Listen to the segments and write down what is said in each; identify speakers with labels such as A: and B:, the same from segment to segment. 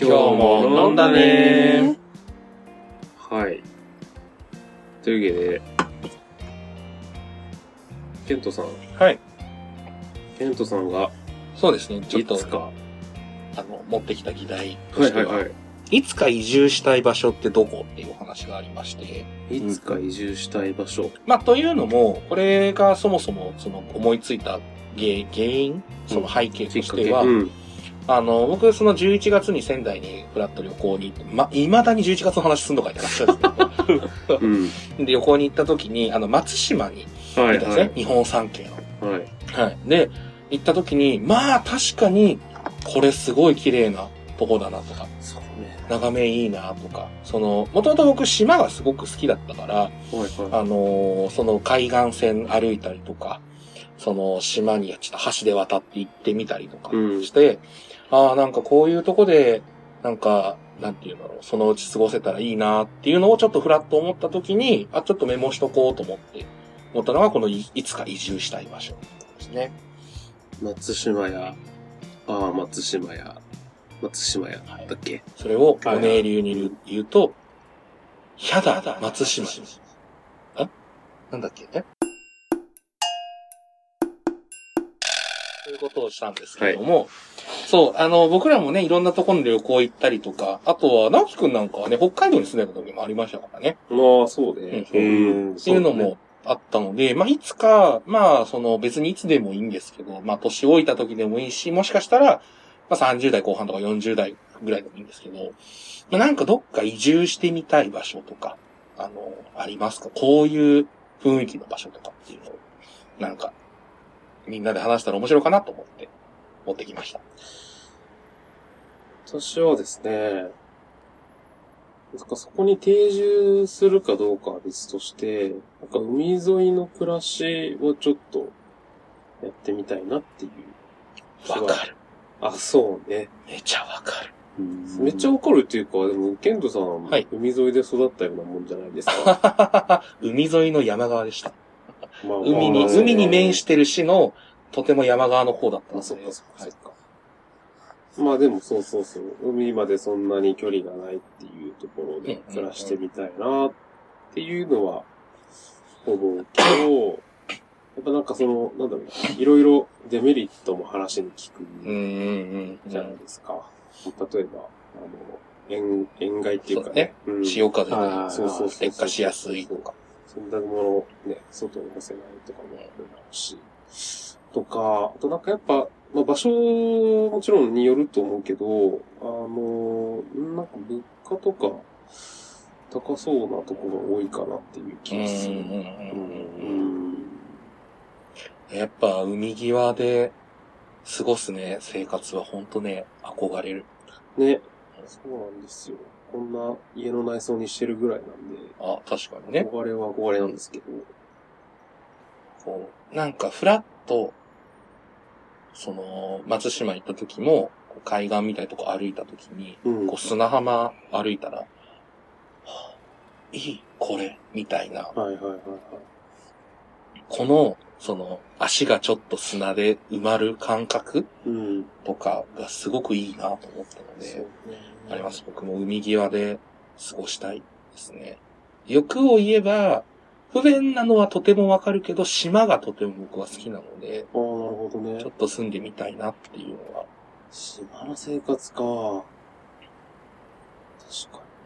A: 今日も飲んだね
B: はい。というわけで、ケントさん、
A: はい。
B: ケントさんが、
A: そうですね、ちょっ
B: い
A: と、
B: つか、
A: あの、持ってきた議題と
B: は
A: し
B: い
A: ては、
B: はい
A: い
B: はい。
A: つか移住したい場所ってどこっていうお話がありまして、
B: いつか移住したい場所。
A: まあ、というのも、これがそもそも、その、思いついた原因、原因その背景としては、
B: うん。
A: あの、僕、その11月に仙台にフラット旅行に行って、ま、未だに11月の話すんのかいって話なんです
B: うん。
A: け ど、で、旅行に行った時に、あの、松島に
B: は
A: 行
B: い
A: ったんです
B: は
A: ね。
B: い。
A: 日本三景の。
B: はい。
A: はい。で、行った時に、まあ確かに、これすごい綺麗なとこだなとか、
B: そうね。
A: 眺めいいなとか、その、もともと僕島がすごく好きだったから、
B: はいは
A: あのーその海岸線歩いたりとか、その島にちょっと橋で渡って行ってみたりとか
B: うん
A: して、ああ、なんかこういうとこで、なんか、なんていうんだろう、そのうち過ごせたらいいなっていうのをちょっとふらっと思った時に、あ、ちょっとメモしとこうと思って、思ったのがこのいいつか移住したい場所ですね。
B: い。松島屋、ああ、松島屋、松島屋
A: はい
B: だっけ
A: それを
B: はい
A: お姉流に言う言うと、ヒャダだ、松島。えなんだっけえということをしたんですけれども、そう、あの、僕らもね、いろんなところに旅行行ったりとか、あとは、直樹くんなんかはね、北海道に住んでた時もありましたからね。
B: ああ、そうね
A: うん
B: うん。っ
A: っていうのもあったので、まあ、いつか、まあ、その別にいつでもいいんですけど、まあ、年老いた時でもいいし、もしかしたら、まあ、30代後半とか40代ぐらいでもいいんですけど、まあ、なんかどっか移住してみたい場所とか、あの、ありますかこういう雰囲気の場所とかっていうのを、なんか、みんなで話したら面白いかなと思って、持ってきました。
B: 私はですね、なんかそこに定住するかどうかは別として、なんか海沿いの暮らしをちょっとやってみたいなっていう。
A: わかる。
B: あ、そうね。
A: めちゃわかる。
B: めっちゃわかるっていうか、でも、ケントさん、
A: はい
B: 海沿いで育ったようなもんじゃないですか。
A: 海沿いの山側でした。
B: まあまあ
A: 海に、
B: まあ
A: 海に面してる市の、とても山側の方だったん
B: あ、
A: で
B: そっかそっか
A: は
B: そ
A: い
B: っか。まあでもそうそうそう。海までそんなに距離がないっていうところで
A: うんうんうん
B: 暮らしてみたいなっていうのは思うけど、やっぱなんかその、なんだろうな、いろいろデメリットも話に聞
A: う
B: く
A: んうんうん。
B: じゃないですか。例えば、あの、塩塩害っていうかね。うん
A: 潮風で
B: はいそうそうそうそう
A: 劣化しやすいとか。
B: 洗濯物ね、外に干せないとかもあるだろうし、とか、あとなんかやっぱ、まあ場所もちろんによると思うけど、あの、なんか物価とか高そうなところが多いかなっていう気がする。
A: うんうん
B: う
A: うんうん
B: ん
A: やっぱ海際で過ごすね、生活は本当ね、憧れる。
B: ね、そうなんですよ。こんな家の内装にしてるぐらいなんで、
A: あ、確かにね。
B: 憧れは憧れなんですけど、
A: こう、なんかフラッと、その、松島行った時も、こう海岸みたいなとこ歩いた時に、
B: うん
A: こう砂浜歩いたら、はあいい、これ、みたいな、
B: はいはいはいはい。
A: この、その、足がちょっと砂で埋まる感覚
B: うん。
A: とかがすごくいいなと思ったの
B: そう
A: で
B: ね、
A: あります。。僕も海際で過ごしたいですね。欲を言えば、不便なのはとてもわかるけど、島がとても僕は好きなので、
B: ああ、なるほどね。
A: ちょっと住んでみたいなっていうのは、
B: 島の生活か。確か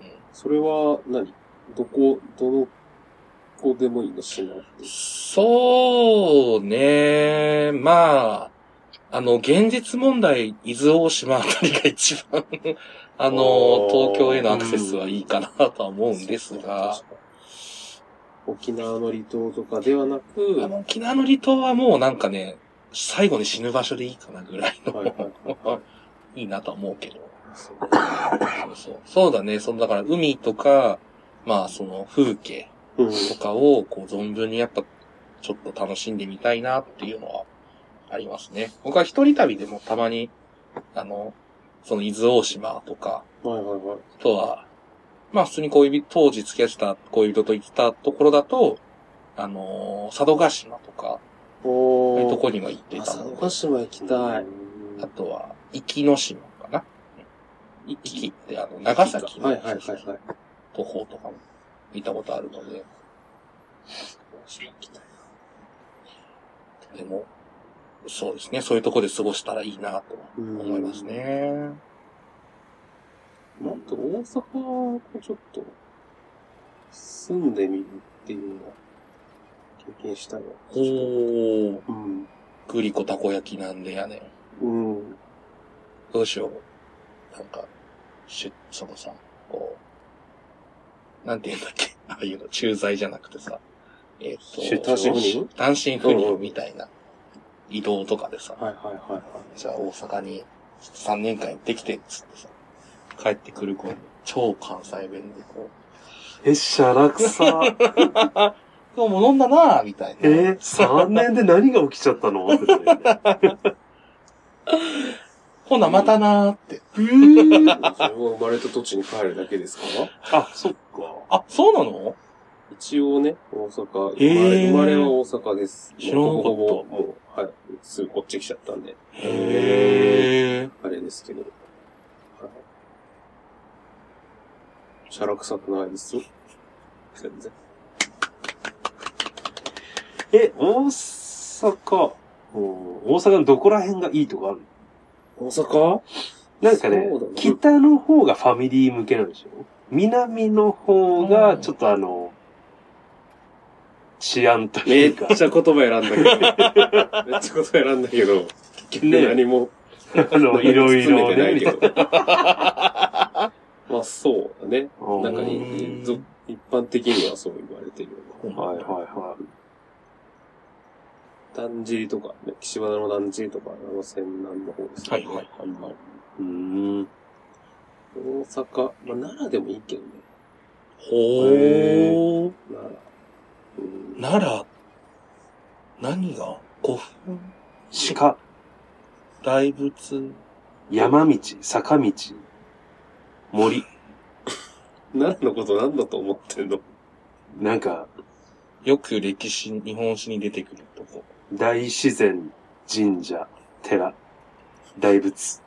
B: に。
A: うん
B: それは何、どこ、どの子でもいいの島って。
A: そうね、まあ、あの、現実問題、伊豆大島あたりが一番、 あの
B: お、ー
A: 東京へのアクセスはいいかなとは思うんですが、
B: 確かに。沖縄の離島とかではなく、
A: あの、沖縄の離島はもうなんかね、最後に死ぬ場所でいいかなぐらい
B: はいはい
A: の
B: は、
A: いいなとは思うけど。
B: そう
A: そうそう。そうだね、その、だから海とか、まあその風景
B: うん
A: とかを、こう、存分にやっぱ、ちょっと楽しんでみたいなっていうのは、ありますね。僕は一人旅でもたまに、あの、その伊豆大島とか、
B: はいはいはい。
A: あとは、まあ普通に恋人、当時付き合ってた恋人と行ったところだと、あのー佐渡島とか、そういう
B: お
A: とこ
B: ー。
A: には行って
B: あ
A: た
B: 佐
A: ので
B: 渡島行きたい。
A: あとは、壱岐の島かな。
B: 一
A: 駅ってあの、長崎
B: は
A: の
B: いはいはいはい。
A: 途方とかも見たことあるので、でも、そうですね、そういうとこで過ごしたらいいなと思いますね。
B: まああと大阪もちょっと、住んでみるっていうのは、経験したいわ。
A: おー、
B: うん。
A: グリコたこ焼きなんでやねん。
B: うん。
A: どうしよう。なんか、しゅ、そのさ、こう、なんて言うんだっけ、ああいうの、駐在じゃなくてさ、えっ、
B: し
A: と、
B: 単身赴任
A: 単身赴任みたいな移動とかでさ、
B: はいはいはいは
A: じゃあ大阪に3年間行ってきて、つってさ、帰ってくる子に、超関西弁でこう、
C: え、しゃらくさ。
A: 今日も飲んだなぁ、みたいな。
C: え、3年で何が起きちゃったのってね
A: ほな、またなーって。
B: い。それは生まれた土地に帰るだけですから
C: あ、そっか。
A: あ、そうなの
B: 一応ね、大阪、生まれ、
A: へー
B: 生まれは大阪です。
A: 知らなかっ
B: ほ
A: た
B: ぼほぼもう、はい。すぐこっち来ちゃったんで、
A: へー。
B: あれですけど。はい。シャラ臭くないですよ。全然。
C: え、大阪、うん大阪のどこら辺がいいとかある
B: 大阪
C: なんかね
B: そうだな、
C: 北の方がファミリー向けなんでしょ南の方が、ちょっとあの、治安と
B: め
C: い
B: っ
C: う
B: ち
C: か
B: ゃ、言葉選んだけど。めっちゃ言葉選んだけど、結局何も、
C: あの、いろいろ
B: 包めてな
C: ね。
B: いけど。 まあそうだね。
C: うん
B: なんか
A: い
B: い
A: うん
B: ぞ一般的にはそう言われてるよね。
C: はいはいは
B: だんじりとか、ね、岸和田のだんじりとか、あの線南の方です
A: は
B: ね。
A: いはいはいはい。
C: い。うーん。
B: 大阪、まあ奈良でもいいけどね。
A: ほ
C: へ
A: ー。
B: 奈良。うん
A: 奈良、何が古墳
C: 鹿、
A: 大仏
C: 山道、坂道、森。
B: 奈良のことなんだと思ってんの
C: なんか、
A: よく歴史、日本史に出てくるとこ。
C: 大自然、神社、寺、大仏。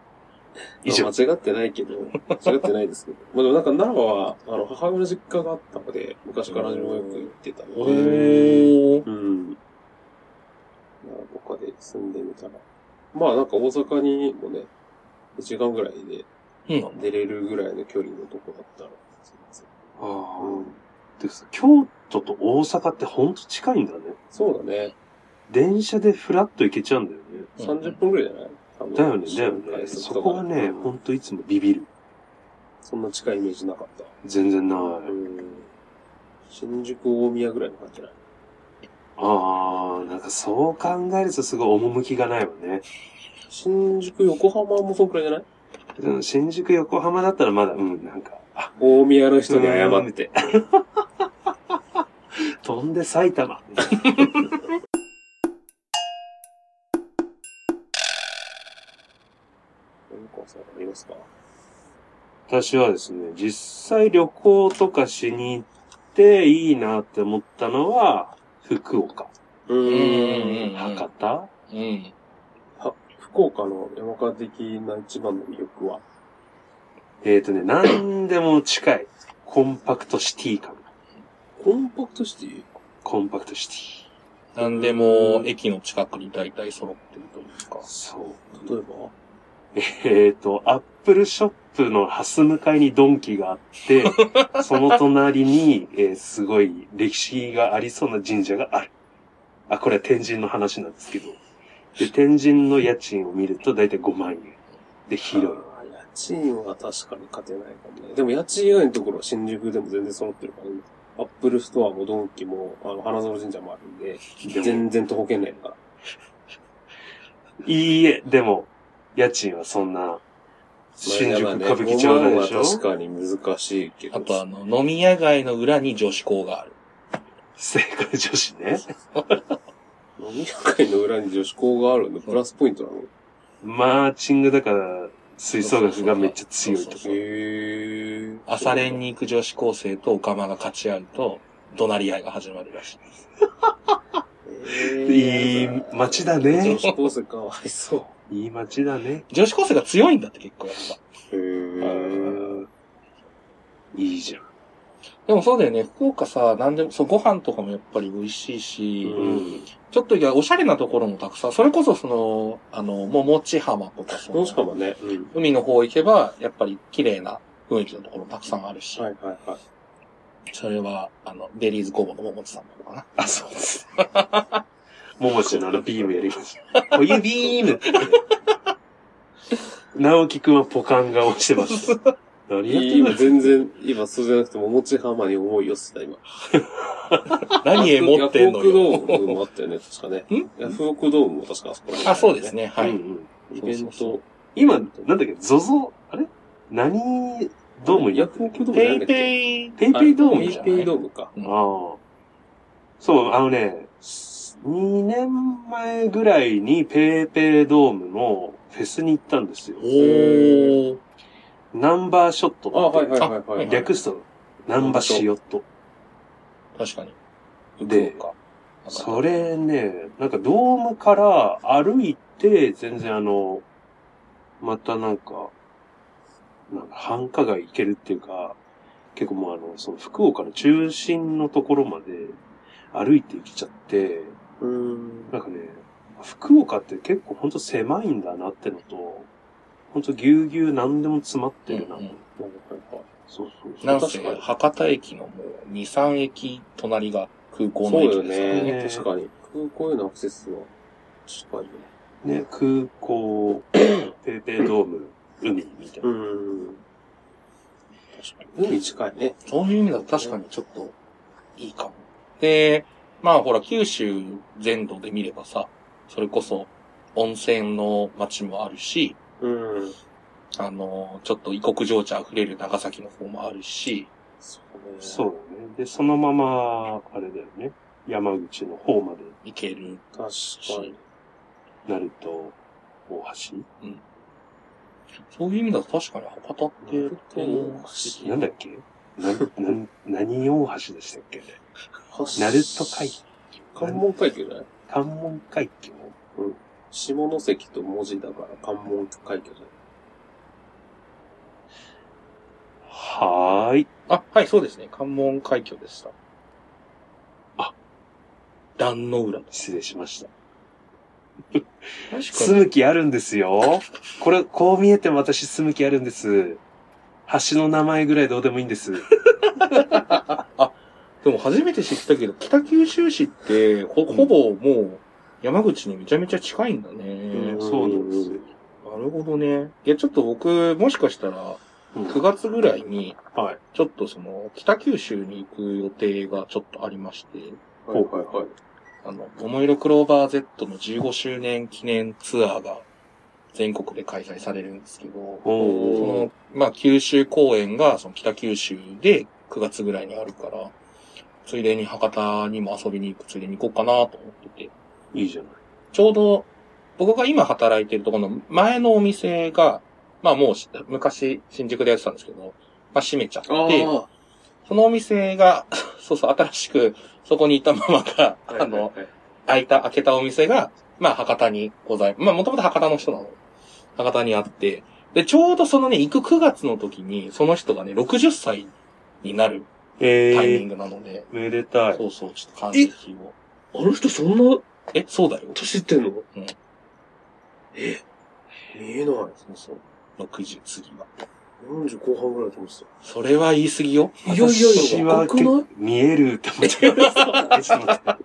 C: 以上
B: まあ。間違ってないけど、間違ってないですけど。 まあでもなんか奈良は、あの、母親の実家があったので、昔からよく行ってたの
A: お
B: で、奈
A: ー。
C: うん。
B: 良とかで住んでみたら。まあなんか大阪にもね、1時間ぐらいで
A: うん。
B: 出れるぐらいの距離のとこだったら、すいません
C: ああ。てかさ、京都と大阪ってほんと近いんだね。
B: そうだね。
C: 電車でフラッと行けちゃうんだよね。
B: 30分ぐらいじゃない多分
C: だよね、だよ
B: 新
C: ね。
B: 快速
C: そ
B: とか
C: こがね、ほんといつもビビる。
B: そんな近いイメージなかった。
C: 全然ない。
B: うん。新宿大宮ぐらいの感じない
C: ああ、なんかそう考えるとすごい趣がないわね。
B: 新宿横浜もそんくらいじゃない
C: でも新宿横浜だったらまだ、うん、なんか、あ、
B: 大宮の人に謝って。
C: 飛んで埼玉。
B: 何かさんありますか
C: 私はですね、実際旅行とかしに行っていいなって思ったのは、福岡、
B: う。
A: うん
C: 博多、
A: うん。うん。
B: 福岡の山川的な一番の魅力は
C: えっ、ー、とね、なんでも近い。コンパクトシティ感。
B: コンパクトシティ
C: コンパクトシテ
A: なんでも、駅の近くに大体揃ってるというか
C: ィ。。そう。
B: 例えば
C: えっ、ー、と、アップルショップのハス向かいにドンキがあ って、その隣に、えーすごい歴史がありそうな神社がある。あ、これは天神の話なんですけど。で、天神の家賃を見ると大体5万円。で、広い。
B: あー家賃は確かに勝てないかもね。でも家賃以外のところは新宿でも全然揃ってるからね。アップルストアもドンキも、あの、花園神社もあるんで、
C: でも、
B: 全然徒歩圏内だから。
C: いいえ、でも、家賃はそんな、新宿
B: まあ
C: 歌舞伎町なんでし
B: まあ
C: ょ
B: ね確かに難しいけど。
A: あとあの、飲み屋街の裏に女子校がある。
C: 正解女子ね。
B: 飲み屋街の裏に女子校があるの、プラスポイントなの。
C: マーチングだから、吹奏楽がめっちゃ強いと
A: そう
C: か
A: そう。
B: へー。
A: 朝練。に行く女子高生とオカマが勝ち合うと、怒鳴り合いが始まるらしい。
C: いい街だね
B: 女子高生かわいそう。
C: いい街だね。
A: 女子高生が強いんだって結構やっぱ。
B: へー
C: いいじゃん。
A: でもそうだよね、福岡さ、なんでも、そう、ご飯とかもやっぱり美味しいし、
C: うん。
A: ちょっといや、おしゃれなところもたくさん、それこそその、あの、もう、餅浜とかその
B: もしかもね。
C: うん。
A: 海の方行けば、やっぱり綺麗な雰囲気のところもたくさんあるし、
B: はいはいはい。
A: それは、あの、ベリーズ工房の桃地さんなのかな。
C: あ、そうです。ももちゃんのあのビームやりました。お湯ビームって。 直樹くんはポカン顔してます。何やってん
B: 今
C: だ
B: 全然、今それじゃなくても、お餅浜に思い寄せた、今。
A: 何へ持ってんの
B: ヤ
A: よ
B: フオ。クドームもあったよね、確かね。
A: ん
B: ヤフオクドームも確かあそこら辺だよね
A: あ、そうです。ね、は
C: う
A: い。
C: んうん
B: イベント。
C: 今、なんだっけ、ゾゾ、あれ何ドーム
B: ヤ
C: や
B: フオクドーム
A: ペイ
B: イ。
A: ペイ、
C: ペイペイドー
A: あ
C: ム
B: ペ
C: じ
B: イ
C: ゃん。
B: ペイドームか。
C: ああ。そう、あのね、2年前ぐらいにペーペードームのフェスに行ったんですよ。
A: おー。
C: ナンバーショット
B: あ、はいはいい
A: は
B: はいい
A: はい
B: はい。
C: 略すと、ナンバーシオット。
A: 確かに。
C: で
A: 福岡、
C: それね、なんかドームから歩いて、全然あの、またなんか、なんか繁華街行けるっていうか、結構もうあの、その福岡の中心のところまで歩いて行けちゃって、
B: うーん。
C: なんかね、福岡って結構ほんと狭いんだなってのと、ほんとぎゅうぎゅう何でも詰まってるな。
A: うんうん
B: はいはいはい
C: そうそうそう。
A: なん
B: 確
A: せ
B: かに、
A: 博多駅のもう、2、3駅隣が空港の
B: そうだよ
A: 駅ですからね。
B: ね
C: ね。
B: 確かに。空港へのアクセスは、近いよね。
C: ね、空 港、ペイペイドーム、海みたいな。
B: ん。
A: 確かに
B: 海近いね。
A: そういう意味だと確かにちょっと、いいかも。で、まあほら、九州全土で見ればさ、それこそ、温泉の街もあるし、
B: うん。
A: あの、ちょっと異国情緒溢れる長崎の方もあるし、
B: そうね。
C: そうだね。で、そのまま、あれだよね。山口の方まで、
A: 行ける。
B: 確かに。
C: 鳴門、大橋
A: そういう意味だと確かに博多って、
B: 鳴
A: 橋
C: なんだっけな、な、何大橋でしたっけ鳴門海峡。
B: 関門海峡じゃない
C: 関門海峡
B: 下関と文字だから関門海峡じゃない
C: はーい。
A: あ、はい、そうですね。関門海峡でした。
C: あ、
A: 壇の浦。
C: 失礼しました。
A: 確
C: すむきあるんですよ。これ、こう見えても私すむきあるんです。橋の名前ぐらいどうでもいいんです。
A: でも初めて知ったけど、北九州市ってほ、ほぼもう、山口にめちゃめちゃ近いんだね。
B: うん
C: そうなんですよ。
A: なるほどね。いや、ちょっと僕、もしかしたら、
C: うん
A: 9月ぐらいに、
C: はい。
A: ちょっとその、北九州に行く予定がちょっとありまして、
B: はいはいはい。
A: あの、桃色クローバー Z の15周年記念ツアーが、全国で開催されるんですけど、そ
C: おー。
A: の、まあ、九州公演が、その北九州で9月ぐらいにあるから、ついでに博多にも遊びに行くついでに行こうかなと思ってて、
C: いいじゃない。
A: ちょうど、僕が今働いてるところの前のお店が、まあもうし昔新宿でやってたんですけど、まあ閉めちゃって、
B: あ
A: そのお店が、 そうそう、新しくそこにいたママが、
B: あ。
A: あの、、開いた、開けたお店が、まあ、博多にございまあ、もともと博多の人なの。博多にあって。で、ちょうどそのね、行く9月の時に、その人がね、60歳になる
C: え
A: タイミン
C: ー、
A: グなので、
C: めでたい。
A: そうそう、ちょっと感激を。
B: あの人そんな
A: え、そうだよ。
B: 年いってんの
A: ん
B: え見えない。
A: そうそう。60次は。
B: 40後半ぐらいだと思って
A: それは言い過ぎよ。
B: た。いやいやい
C: 私
B: や、
C: は
B: 若くない
C: 結構見えるって思って。ちょっと待って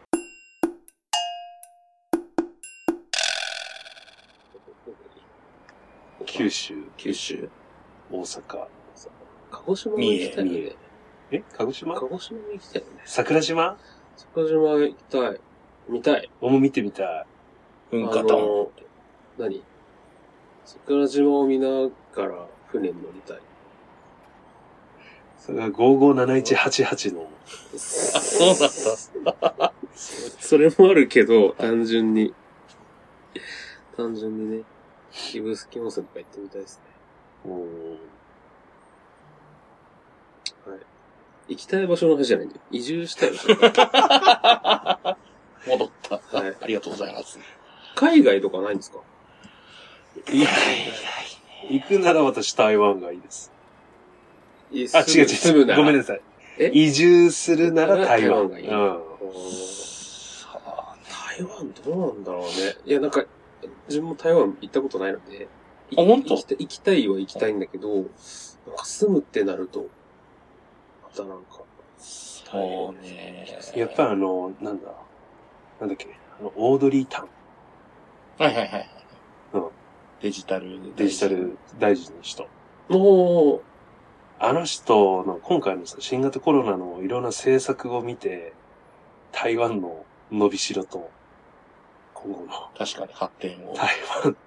C: 九州、
A: 九州。
C: 大阪。
B: 鹿児島に行きたいよね。
C: え鹿児
B: 鹿
C: 島
B: 児島に行きたいよね。
C: 桜島
B: 鹿児島行きたい。見たい。
C: 俺も見てみた
A: 文
B: あ
A: 化と。
B: の、何桜島を見ながら船に乗り たい。
C: い。それが557188の。
A: あ、そうなんだ
B: それもあるけど、単純に。単純にね、指宿温泉とか行ってみたいですね。
C: うん
B: 行きたい場所の話じゃないんだよ。移住したい場所。
A: 戻った。
B: はい
A: ありがとうございます。
B: 海外とかないんですか
C: 行くなら私台湾がいいです。
B: い
C: あ、違う
B: 住
C: 違
B: む
C: う。
B: な
C: ごめん
B: さ
C: なさい
B: え。
C: 移住するなら台
B: 台
C: 湾。
B: 湾がいい
C: うん。
B: はあ、台湾どうなんだろうね。いや、なんか、自分も台湾行ったことないので。い
A: あ本当
B: 行きた行きたいは行きたいんだけど、なんか住むってなると、またなんか、
A: そうね。
C: やっぱあの、なんだ、なんだっけ、あの、オードリー・タン、
A: はいはいはい。
C: うん
A: デジタル。
C: デジタ。ル大臣の人。
B: もう、
C: あの人の今回のさ新型コロナのいろんな政策を見て、台湾の伸びしろと、今後の
A: 確かに発展を。
C: 台湾、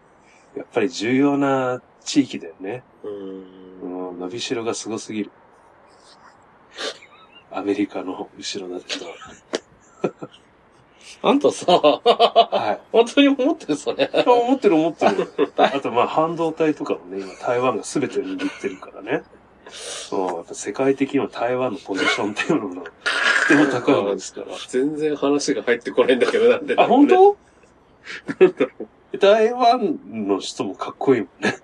C: やっぱり重要な地域だよね。
B: う
C: う
B: ーん。
C: ん、伸びしろがすごすぎる。アメリカの後ろだけど。
A: あんたさ、
C: はい。
A: 本当に思ってるそれ。
C: あ思ってる思ってる。あとまあ半導体とかもね、今台湾が全てを握ってるからね。そう、やっぱ世界的には台湾のポジションっていうのもとても高いものですから。
B: 全然話が入ってこないんだけど、なんで
C: あ、本当 台湾の人もかっこいいもんね。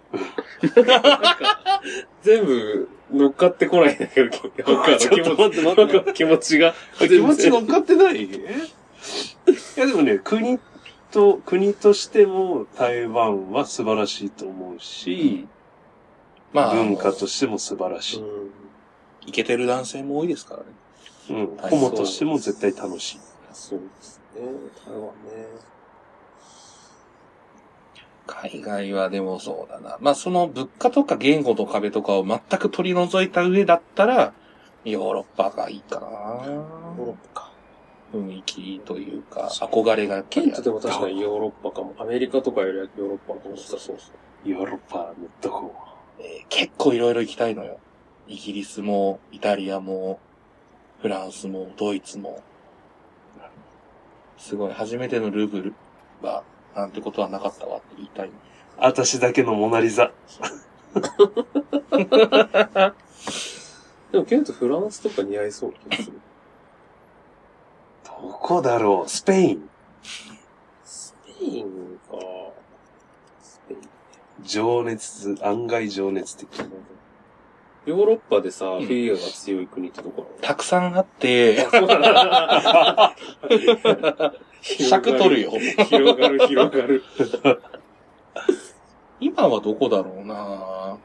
B: 全部乗っかってこないんだけど、なんか
C: ちょっと待って
B: なん
C: 待って。
B: か気持ちが。
C: あ気持ち乗っかってないいやでもね、国と、国としても台湾は素晴らしいと思うし、
A: まあ、
C: 文化としても素晴らしい。
B: うん
A: イケてる男性も多いですからね。
C: うん。
A: はい
C: ホモとしても絶対楽しい。
B: そうですね、台湾ね。
A: 海外はでもそうだな。まあその物価とか言語の壁とかを全く取り除いた上だったら、ヨーロッパがいいかな。
B: ヨーロッパか。
A: 雰囲気というか、憧れがやっぱ
B: ケ
A: り
B: ン
A: あ
B: ト
A: る。
B: でも確かにヨーロッパかも。アメリカとかよりはヨーロッパの方がそうそうそう。
C: ヨーロッパのどこ
A: えー結構いろいろ行きたいのよ。イギリスも、イタリアも、フランスも、ドイツも。すごい、初めてのルーブルは、なんてことはなかったわって言いたい。
C: 私だけのモナリザ。
B: でもケントフランスとか似合いそうな気がする。
C: どこだろうスペイン。
B: スペインか。スペイン。
C: 情熱、案外情熱的。
B: ヨーロッパでさ、
A: ん
B: フィギュアが強い国ってどこな
A: たくさんあって、
B: のそうだな
A: 尺取るよ。
B: 広がる、広がる。
A: 今はどこだろうな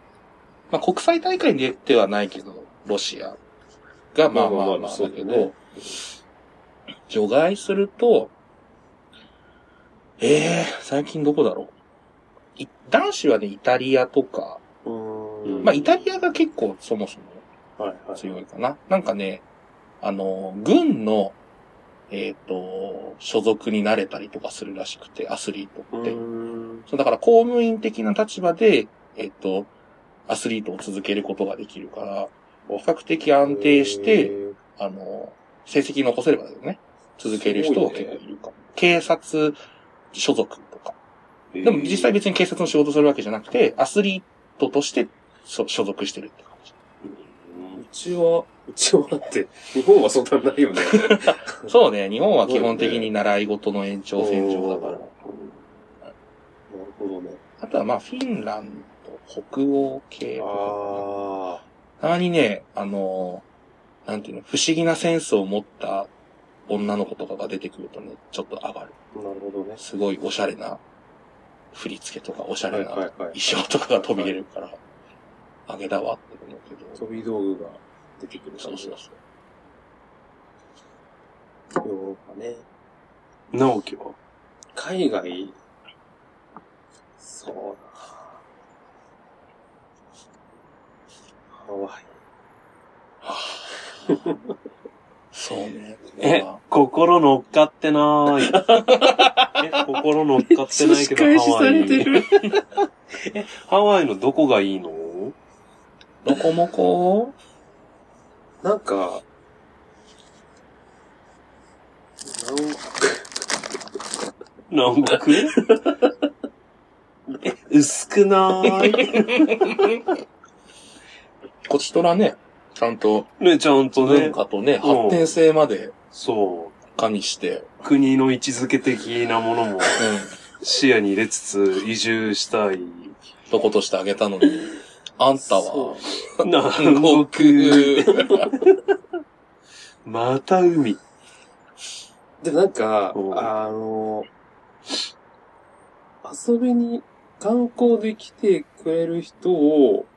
A: まあ、国際大会に出てはないけど、ロシアがまあまあまあだけど、除外すると、ええ最近どこだろうい男子はね、イタリアとか、
B: うーん
A: まあ、イタリアが結構そもそも
B: はいはい。
A: 強いかな。なんかね、あの、軍の、えっ、と、所属になれたりとかするらしくて、アスリート
B: う
A: って。
B: ーん。
A: そう、だから公務員的な立場で、えっと、アスリートを続けることができるから、比較的安定して、
B: へー、
A: あの、成績残せればだよね。続ける人は結構いるかも。警察所属とか。でも実際別に警察の仕事するわけじゃなくて、アスリートとして所所属してるって感じ。
B: うちは、うちはだって、日本はそんなないよね。
A: そうね、日本は基本的に習い事の延長線上だから。
B: なるほどね。
A: あとはまあ、フィンランド、北欧系とか。
B: あ
A: たまにね、あのー、なんていうの、不思議なセンスを持った女の子とかが出てくるとね、ちょっと上がる。
B: あ、なるほどね。
A: すごいおしゃれな振り付けとか、おしゃ
B: は
A: れ
B: い
A: な
B: はい
A: 衣
B: はい。
A: 装とかが飛び出るから、あげだわって思うけど。
B: 飛び道具が出てくる
A: そう
B: 感じ
A: そう
B: が
A: そう。
B: ヨーロッパね。
C: 直樹は
B: 海外、そうだなハワイ。
A: そうね。
C: え
A: まあ、
C: 心乗っかってない。 え、心乗っかってないけど、ハワイ。
B: る。
C: ハワイのどこがいいの
A: ロコモコ
B: なんか、なん
C: 南国え、薄くない
A: こちとらね、ちゃんと
C: ね、ちゃんとね
A: 文。化とね、
C: うん
A: 発展性まで
C: そ
A: 加味して、
C: う。国の位置づけ的なものも
A: うん、
C: 視野に入れつつ移住したい。
A: とことしてあげたのに、あんた
B: そ
A: は、
C: 南
A: 南
C: 国。
A: 国。
C: また海。
B: でもなんか、
C: うん
B: あの、遊びに観光で来てくれる人を、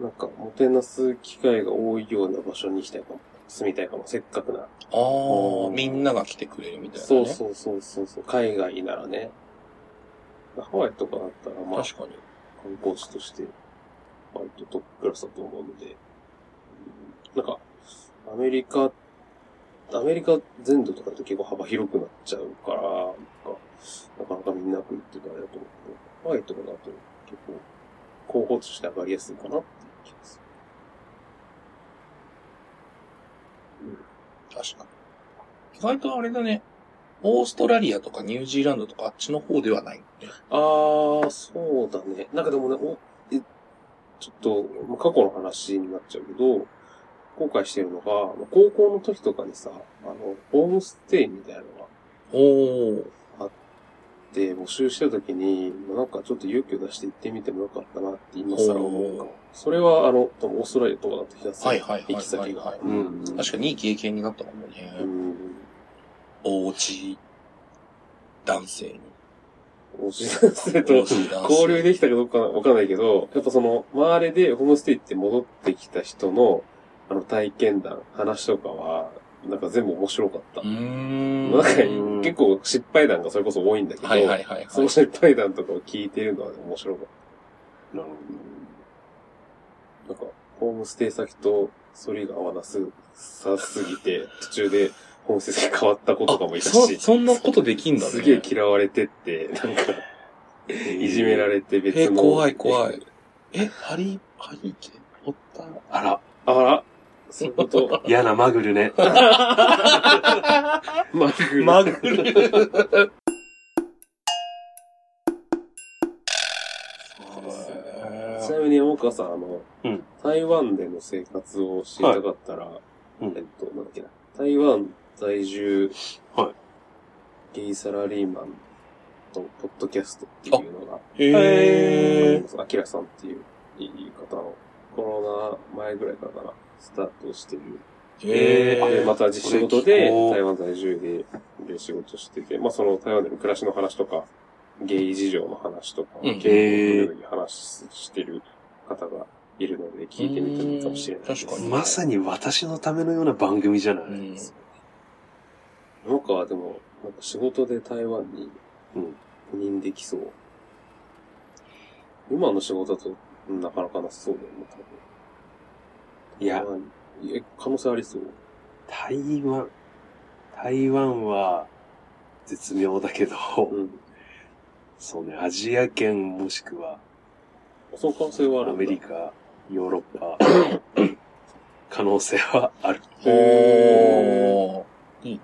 B: なんか、もてなす機会が多いような場所に行きたいかも。住みたいかも。せっかくなら。
A: ああ、みんなが来てくれるみたいな、ね。
B: そうそうそうそうそう。海外ならね。ハワイとかだったら、まあ、
A: 確かに。
B: 観光地として、割とトップクラスだと思うので、うんなんか、アメリカ、アメリカ全土とかって結構幅広くなっちゃうから、なんかなかなかみんな来るっていうかあれだと思うけど、ハワイとかだと結構、候補として上がりやすいかなっていう気がす
A: 確かに。意外とあれだね。オーストラリアとかニュージーランドとかあっちの方ではない、ね。
B: る。あー、そうだね。なんかでもね、おえちょっと、まあ過去の話になっちゃうけど、後悔してるのが、まあ高校の時とかにさ、あの、ホームステイみたいなのが
A: おー。
B: で、募集した時に、まあなんかちょっと勇気を出して行ってみてもよかったなって今更思うかも。それは、あの、多分オーストラリアとかだと東
A: はいはいはい
B: 行き先
A: はい
B: が
A: は。い
C: うん。
A: 確かにいい経験になったかもね。
B: うん。
A: おうち、男性に。
B: お知らせと、交流できたかどうかわからないけど、やっぱその、周りでホームステイって戻ってきた人の、あの、体験談、話とかは、なんか全部面白かった。
A: うーん。
B: なんか
A: はい
C: ん
B: 結構失敗談がそれこそ多いんだけど、
A: はいはいはい。
B: その失敗談とかを聞いてるのは面白かった。
C: なるほ
B: なんか、ホームステイ先と反りが合わなす、さすぎて、途中でホームステイ先変わった子とかもいた
A: そ、
B: し、
A: そんなことできんだね。
B: すげえ嫌われてって、なんか、
C: ど
B: いじめられて別の。
A: え、怖い怖い。。え、ハリー、ハリーケホッタ
C: あら、
B: あら、そういう こと。
C: 嫌なマグルね。
B: マグ
A: マグル。
B: そうですねちなみに山川さん、あの、
C: うん
B: 台湾での生活を知りたかったら、
C: う
B: えっ
C: ん
B: と、なんだっけな、台湾在住、
C: は
B: ゲイサラリーマンのポッドキャストっていうのが、
A: へー。
B: あきらさんっていういい方のコロナ前ぐらいからかな、スタートしてる。
A: へ
C: えー
B: で、
A: ー。
B: また仕事で、
C: これ聞こう
B: 台湾在住で、で仕事してて、まあその台湾での暮らしの話とか、ゲイ事情の話とか、
A: うん
B: 結構時々話してる方がいるので、聞いてみてもいいかもしれないです。
A: うん確かに
C: まさに私のためのような番組じゃない。
A: うん
B: なんかでも、なんか仕事で台湾に
C: うん
B: 赴任できそう。今の仕事だとうんなかなかなさそうだよね、
C: いや
B: 多、分。いや、可能性ありそう。
C: 台湾、台湾は絶妙だけど、
B: うん。
C: そうね、アジア圏もしくは
B: その可能性はある
C: ア
B: んだ。
C: メリカ、ヨーロ ッパ、可能性はある。
A: おー。いいね。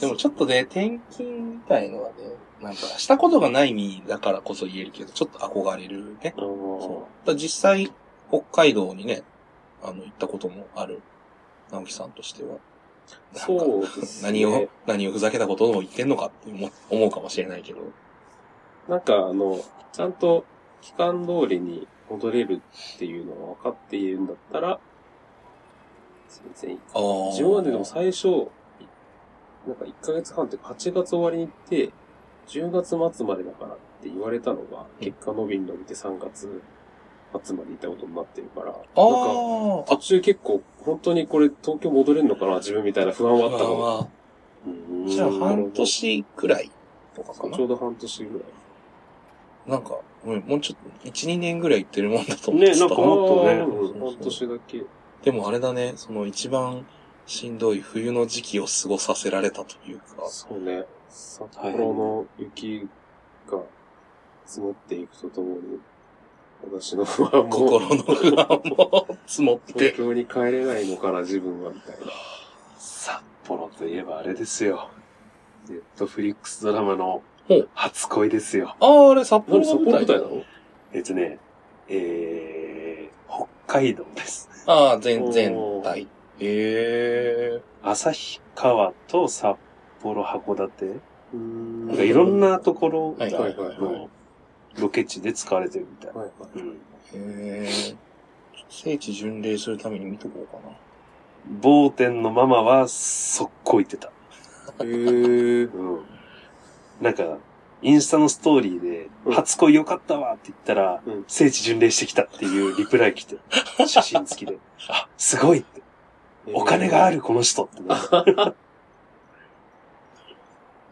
A: でもちょっとね、転勤みたいのはね、なんか、したことがない身だからこそ言えるけど、ちょっと憧れるね。
B: ああ
A: そう。だ実際、北海道にね、あの、行ったこともある、直樹さんとしては。
B: そうです、ね。
A: 何を、何をふざけたことを言ってんのかって思う思うかもしれないけど。
B: なんかあの、ちゃんと期間通りに戻れるっていうのが分かっているんだったら、全然いい。
A: ああ。
B: 自分はね、でも最初、なんか1ヶ月半っていうか8月終わりに行って、10月末までだからって言われたのが、
A: うん
B: 結果伸びに伸びて3月末までいたことになってるから、なんか
A: あー
B: 途中結構本当にこれ東京戻れるのかな自分みたいな不安はあ
A: あ、
B: った
A: まあ
B: の。
A: ま
C: うん
A: あ、じゃあ半年くらいとかかな
B: ちょうど半年ぐらい。
A: なんか、うん、もうちょっと、1、2年ぐらい行ってるもんだと思って
C: ね、
A: た
C: なんかもっと
B: あー
C: ね、
B: うん半年だけ。
A: でもあれだね、その一番しんどい冬の時期を過ごさせられたというか。
B: そうね。札幌の雪が積もっていくとともに、私の不安も、
A: 心の不安も積もって
B: 東。京に帰れないのかな、自分は、みたいな。
C: 札幌といえばあれですよ。ネットフリックスドラマの
A: ほう
C: 初恋ですよ。
A: ああ、あれ札幌
B: 何、
A: の
B: 札幌
A: 舞
B: 舞
A: 台
B: 台
A: だ
B: なの
C: えっとね、えー、北海道です。
A: ああ、全、
B: おー
A: 全体。へえ。
C: 旭川と札幌函館。
B: うーん
C: なんかいろんなところが、
A: はい
B: はいはいはい
C: あのロケ地で使われてるみたいな。
B: はいは
C: うん。
A: へえ。聖地巡礼するために見とこうかな。
C: 某店のママは、速攻行ってた。
B: い。へえ。
C: うん。なんか、インスタのストーリーで、
B: うん
C: 初恋良かったわって言ったら、
B: うん
C: 聖地巡礼してきたっていうリプライ来て、写真付きで。あ、すごいって。お金があるこの人ってなる。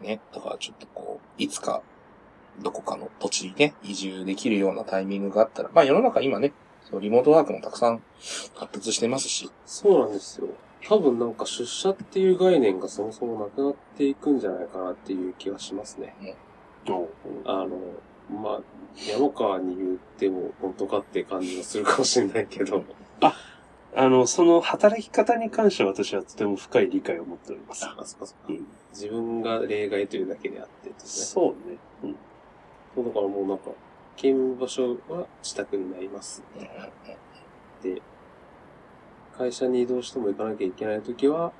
A: ね。だからちょっとこう、いつか、どこかの土地にね、移住できるようなタイミングがあったら、まあ世の中今ね、そうリモートワークもたくさん発達してますし、
B: そうなんですよ。多分なんか出社っていう概念がそもそもなくなっていくんじゃないかなっていう気がしますね。
C: おう
B: あの、まあ、山川に言っても本当かって感じがするかもしれないけど。
C: あの、その働き方に関しては私はとても深い理解を持っております。
B: あ、そっかそっか
C: うん。
B: 自分が例外というだけであってですね。
C: そうね。うん
B: そうだからもうなんか、勤務場所は自宅になります。会社に移動しても行かなきゃいけないときは、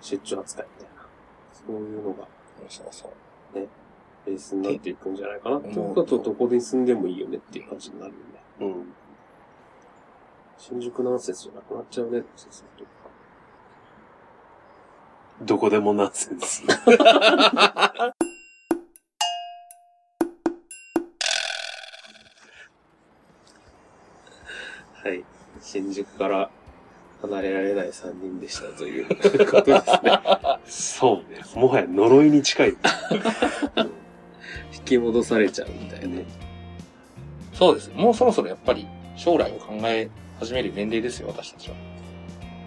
B: 出張扱いみたいな。そういうのが
A: そうそう。
B: ベースになっていくんじゃないかな。ということ
A: うん
B: はどこに住んでもいいよねっていう感じになるよね。
C: うん。
B: 新宿南節じゃなくなっちゃうね、そうすると。
C: どこでもナンセンス。
B: はい。新宿から離れられない3人でしたということですね。
C: そうね。もはや呪いに近い。
B: 引き戻されちゃうみたいな。
C: ね
A: そうです。もうそろそろやっぱり将来を考え始める年齢ですよ、私たちは。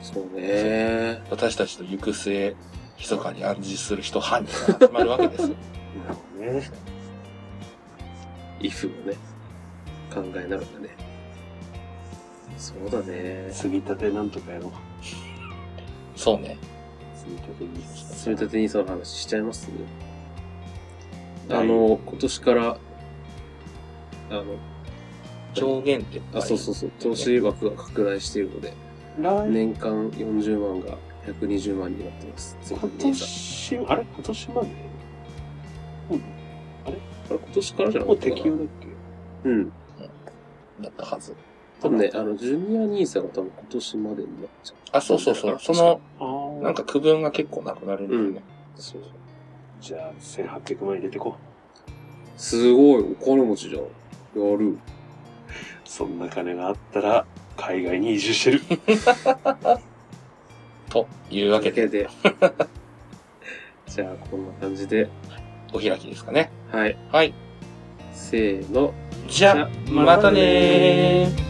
B: そうね。
A: 私たちの行く末、密かに暗示する人犯人が集まるわけ ですよ。
C: なるほどね。
B: イフをね、考えながらね。そうだね。
C: 積み立てなんとかやろう。
A: そうね。
C: 積み立てに。
B: 積み立て NISA の話しちゃいます
C: はい
B: あの、今年から、あの、
A: 上限って。
B: あ、そうそうそう、投資枠が拡大しているので、
C: 来
B: 年間40万が120万になってます。積
C: 今
B: み立て NISA
C: 年、あれ今年までうん
B: あれ今年からじゃなかっ
C: もう
B: たか
C: 適
B: な
C: 用だっ
B: うん。
A: だったはず。
B: 多分ね、あの、ジュニア兄さんが多分今年までになっちゃう。
A: あ、そうそうそう。そ
B: 確か
A: の、
C: けあー
A: なんか区分が結構なくなるんだよね。
B: そうそう。
C: じゃあ、1800万入れてこ
B: すごい、お金持ちじゃん。やる。
C: う。そんな金があったら、海外に移住してる。
A: というわけで、
B: で。 じゃあ、こんな感じで。
A: お開きですかね。
B: はい。
A: はい。
B: せーの。
A: じゃあ、またねー。